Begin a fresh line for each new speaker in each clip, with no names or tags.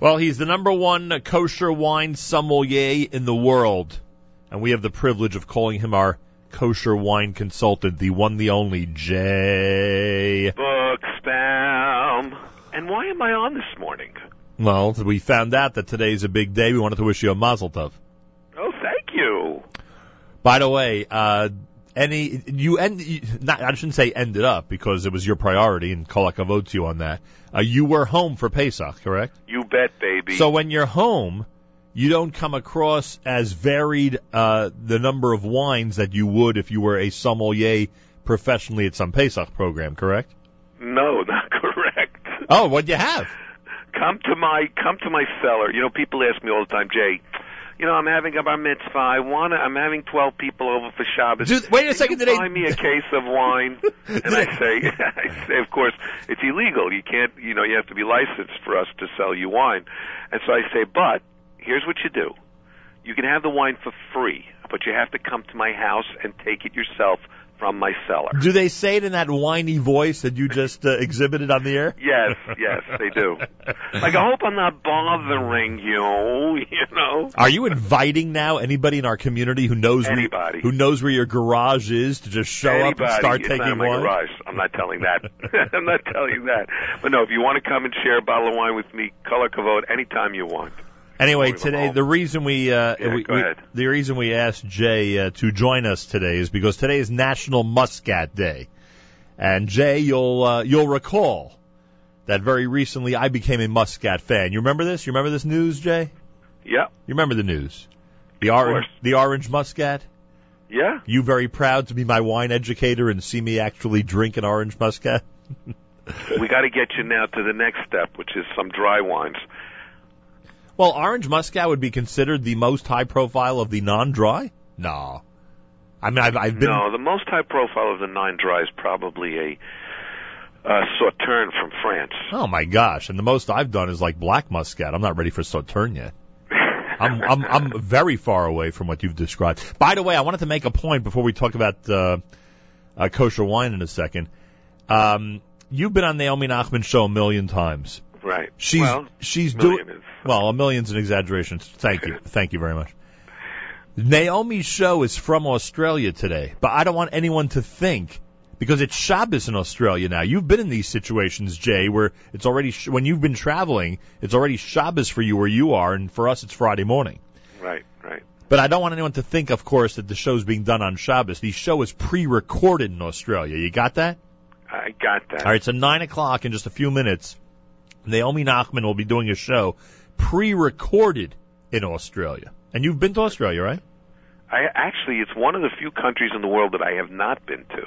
Well, he's the number one kosher wine sommelier in the world, and we have the privilege of calling him our kosher wine consultant, the one, the only Jay.
Book spam. And why am I on this morning?
Well, we found out that today's a big day. We wanted to wish you a Mazel Tov.
Oh, thank you.
By the way, uh, any you end you- not I shouldn't say ended up because it was your priority and Kolak votes you on that. Uh, you were home for Pesach, correct?
You bet, baby.
So when you're home, you don't come across as varied uh, the number of wines that you would if you were a sommelier professionally at some Pesach program, correct?
no, not correct.
Oh, what do you have?
Come to my come to my cellar. You know, people ask me all the time, Jay. You know, I'm having a bar mitzvah. I wanna. I'm having twelve people over for Shabbos.
Do- wait a second,
Can
did
you
I-
buy me a case of wine? and I say, I say, of course, it's illegal. You can't. You know, you have to be licensed for us to sell you wine. And so I say, but here's what you do. You can have the wine for free, but you have to come to my house and take it yourself from my cellar.
Do they say it in that whiny voice that you just uh, exhibited on the air?
Yes, yes, they do. Like, I hope I'm not bothering you, you know?
Are you inviting now anybody in our community who knows
Anybody.
Where, who knows where your garage is to just show up and
Anybody,
start
it's not
taking
in my
wine?
garage. I'm not telling that. I'm not telling that. But no, if you want to come and share a bottle of wine with me, color kavod anytime you want.
Anyway,
Before we go
today
home.
the reason we, uh,
Yeah,
we,
go
we-
ahead.
the reason we asked Jay uh, to join us today is because today is National Muscat Day, and Jay, you'll uh, you'll recall that very recently I became a Muscat fan. You remember this? You remember this news, Jay?
Yeah,
You remember the news? The orange,
course.
the orange Muscat.
yeah.
You very proud to be my wine educator and see me actually drink an orange Muscat?
We got to get you now to the next step, which is some dry wines.
Well, orange Muscat would be considered the most high profile of the non-dry. No, I mean I've, I've been.
No, the most high profile of the nine dry is probably a uh, Sauterne from France.
Oh my gosh! And the most I've done is like black muscat. I'm not ready for Sauterne yet. I'm I'm I'm very far away from what you've described. By the way, I wanted to make a point before we talk about uh, uh, kosher wine in a second. Um, you've been on Naomi Nachman's show a million times.
Right.
She's
well,
she's
million
doing
is-
well. A million's an exaggeration. Thank you, thank you very much. Naomi's show is from Australia today, but I don't want anyone to think because it's Shabbos in Australia now. You've been in these situations, Jay, where it's already sh- when you've been traveling, it's already Shabbos for you where you are, and for us it's Friday morning.
Right, right.
But I don't want anyone to think, of course, that the show's being done on Shabbos. The show is pre-recorded in Australia. You got that?
I got that.
All right, so nine o'clock in just a few minutes, Naomi Nachman will be doing a show pre-recorded in Australia. And you've been to Australia, right?
I actually, it's one of the few countries in the world that I have not been to.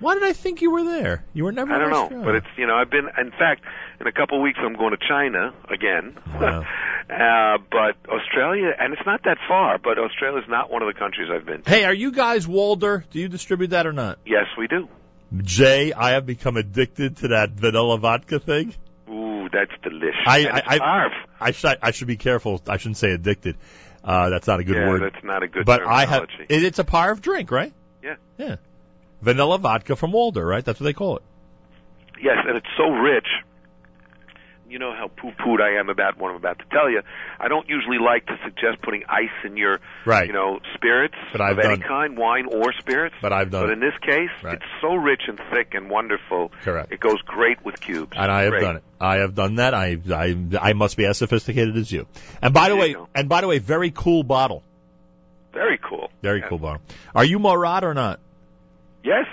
Why did I think you were there? You were never.
I don't
in
know,
Australia.
but it's you know I've been. In fact, in a couple of weeks I'm going to China again.
Wow.
uh, but Australia, and it's not that far. But Australia is not one of the countries I've been. to.
Hey, are you guys Walder? Do you distribute that or not?
Yes, we do.
Jay, I have become addicted to that vanilla vodka thing.
Ooh, that's delicious.
I-
And
I-
it's
I-
carved.
I should I should be careful. I shouldn't say addicted. Uh, that's not a good
yeah,
word.
that's not a good.
but I have.
terminology.
It, it's a parv drink, right?
Yeah.
Yeah. Vanilla vodka from Walder, right? That's what they call it.
Yes, and it's so rich. You know how poo-pooed I am about what I'm about to tell you. I don't usually like to suggest putting ice in your,
Right.
you know, spirits
But
of
I've
any
done-
kind, wine or spirits.
But I've done
But
it.
in this case,
Right.
it's so rich and thick and wonderful.
Correct.
It goes great with cubes.
And I have
Great.
done it. I have done that. I, I I must be as sophisticated as you. And by the
There
way,
you go.
and by the way, very cool bottle.
Very cool.
Very
Yeah.
cool bottle. Are you Marad or not?
Yes.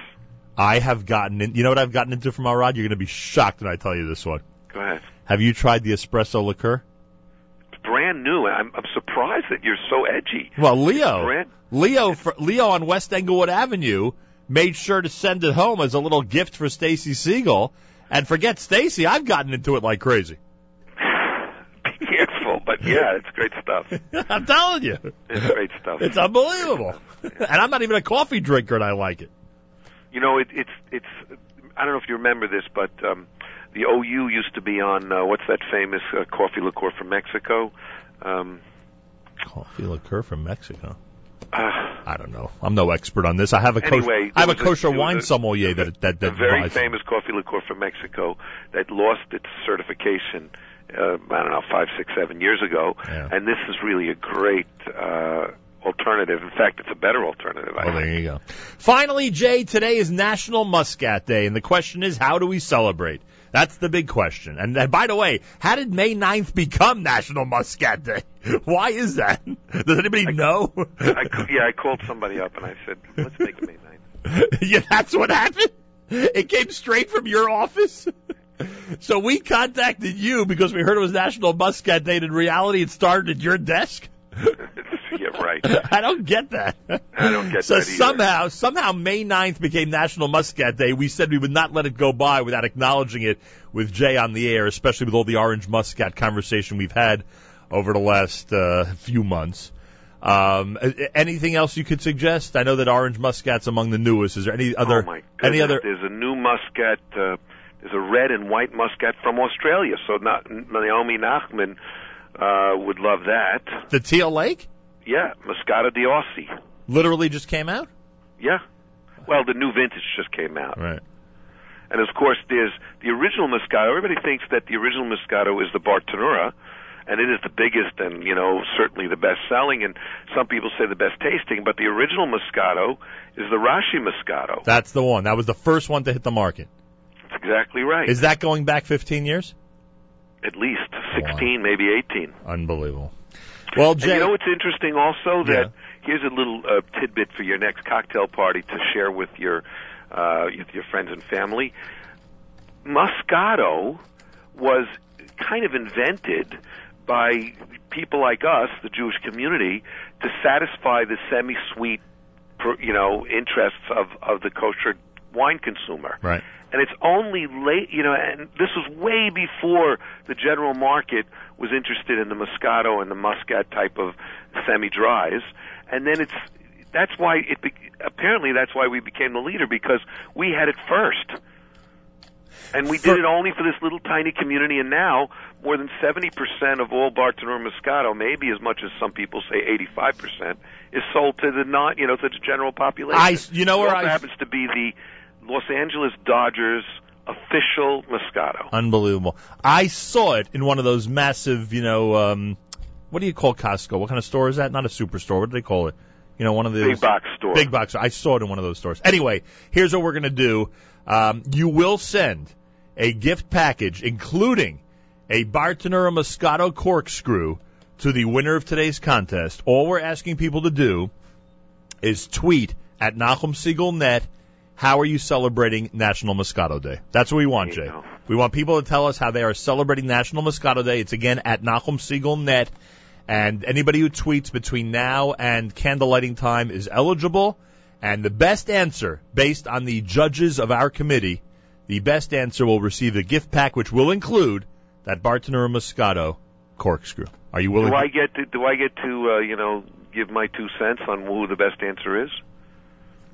I have gotten in. You know what I've gotten into from Marad? You're going to be shocked when I tell you this one.
Go ahead.
Have you tried the espresso liqueur?
It's brand new. I'm, I'm surprised that you're so edgy.
Well, Leo,
Brand-
Leo, fr Leo on West Englewood Avenue made sure to send it home as a little gift for Stacy Siegel. And forget Stacy, I've gotten into it like crazy.
Be careful, but yeah, it's great stuff.
I'm telling you,
It's great stuff.
it's unbelievable. and I'm not even a coffee drinker, and I like it.
You know, it, it's it's. I don't know if you remember this, but um, the OU used to be on uh, what's that famous uh, coffee liqueur from Mexico? Um,
Coffee liqueur from Mexico.
uh,
I don't know. I'm no expert on this. I have a kosher,
Anyway,
I have a
there was a-
kosher
there was
wine
a-
sommelier that that that
a very
buys-
famous coffee liqueur from Mexico that lost its certification uh, I don't know, five, six, seven years ago.
Yeah.
And this is really a great uh, alternative. In fact, it's a better alternative. I
Well,
think.
Oh, there you go. Finally, Jay, today is National Muscat Day, and the question is, how do we celebrate? That's the big question. And uh, by the way, how did May 9th become National Muscat Day? Why is that? Does anybody know?
I, ca- yeah, I called somebody up and I said, let's make it May 9th.
yeah, that's what happened. It came straight from your office. So we contacted you because we heard it was National Muscat Day, and in reality, it started at your desk.
yeah, right.
I don't get that.
I don't get
so
that either. Oh,
somehow, somehow May 9th became National Muscat Day. We said we would not let it go by without acknowledging it with Jay on the air, especially with all the orange muscat conversation we've had over the last uh, few months. Um, a- a- anything else you could suggest? I know that orange muscat's among the newest. Is there any other
oh my goodness.
any other
There's a new muscat. Uh, there's a red and white muscat from Australia. So Na- Naomi Nachman uh, would love that.
the teal lake
Yeah, Muscata d'Ossi.
literally just came out?
Yeah. Well, the new vintage just came out.
Right.
And of course, there's the original Moscato. Everybody thinks that the original Moscato is the Bartonura, and it is the biggest and, you know, certainly the best selling, and some people say the best tasting, but the original Moscato is the Rashi Moscato.
That's the one. That was the first one to hit the market.
That's exactly right.
Is that going back 15 years?
At least 16, maybe 18.
Unbelievable. Well, Jay.
And you know what's interesting also?
Yeah.
That here's a little uh, tidbit for your next cocktail party to share with your, uh, with your friends and family. Moscato was kind of invented by people like us, the Jewish community, to satisfy the semi-sweet, per- you know, interests of of the kosher wine consumer.
Right.
And it's only late, you know, and this was way before the general market was interested in the Moscato and the Muscat type of semi-dries. And then it's that's why it be, apparently that's why we became the leader because we had it first. And we did it only for this little tiny community, and now more than 70% of all Bartonura Moscato, maybe as much as some people say 85%, is sold to the non, you know, to the general population.
I, you know
it
where
also
I
happens to be the Los Angeles Dodgers official Moscato.
Unbelievable. I saw it in one of those massive, you know, um, what do you call Costco? What kind of store is that? Not a superstore. What do they call it? You know, one of the
Big box store.
Big box. I saw it in one of those stores. Anyway, here's what we're going to do. Um, you will send a gift package, including a Bartonera Moscato corkscrew, to the winner of today's contest. All we're asking people to do is tweet at Nahum Siegel Net. How are you celebrating National Moscato Day? That's what we want,
There
Jay.
you go.
We want people to tell us how they are celebrating National Moscato Day. It's again at Nahum Siegel Net. And anybody who tweets between now and candlelighting time is eligible. And the best answer, based on the judges of our committee, the best answer will receive a gift pack, which will include that Bartonera Moscato corkscrew. Are you willing?
Do
to-
I get to, do I get to, uh, you know, give my two cents on who the best answer is?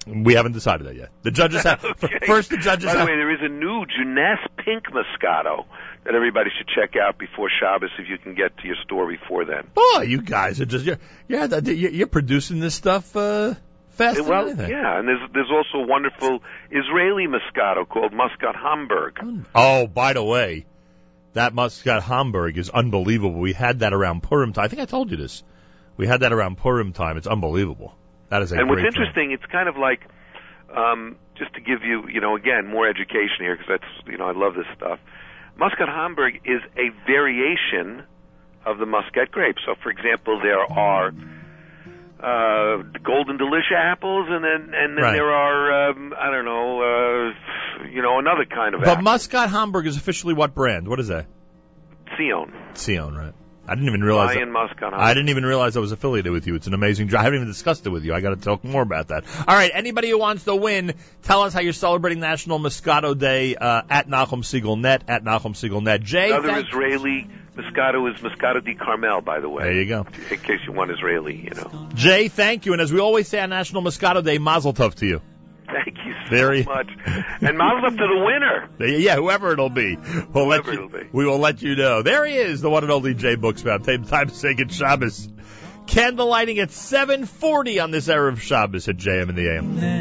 we haven't decided that yet. The judges have.
Okay.
First, the judges
By the
have.
way, there is a new Juness Pink Moscato that everybody should check out before Shabbos if you can get to your store before then.
Boy, Oh, you guys are just you're yeah you're, you're producing this stuff uh, faster
well,
than anything.
yeah, and there's there's also a wonderful Israeli Moscato called Muscat Hamburg.
Oh, by the way, that Muscat Hamburg is unbelievable. We had that around Purim time. I think I told you this. We had that around Purim time. It's unbelievable. That is a
and what's
great
interesting, it's kind of like um, just to give you, you know, again more education here because that's you know I love this stuff. Muscat Hamburg is a variation of the Muscat grape. So, for example, there are uh, golden delicia apples, and then and then
Right.
there are um, I don't know, uh, you know, another kind of
Thing. But
apple,
Muscat Hamburg is officially what brand? What is that?
Sion,
Sion, right? I didn't even realize. that.
Lion Muscat.
I didn't even realize I was affiliated with you. It's an amazing job. I haven't even discussed it with you. I got to talk more about that. All right. Anybody who wants to win, tell us how you're celebrating National Moscato Day uh, at Nahum Siegel Net at Nahum Siegel Net. Jay,
Another
thank-
Israeli Moscato is Moscato di Carmel, by the
there
way,
you go.
in case you want Israeli, you know.
Jay, thank you. And as we always say on National Moscato Day, Mazel Tov to you.
Thank you so
Very-
much. And mouth up to the winner.
There- Yeah, whoever it'll be, we'll let
Whoever
you,
it'll be.
we will let you know. There he is, the one and only Jay Booksbaum. Time, time to say good Shabbos. Candle lighting at 7:40 on this Arab Shabbos at JM in the AM.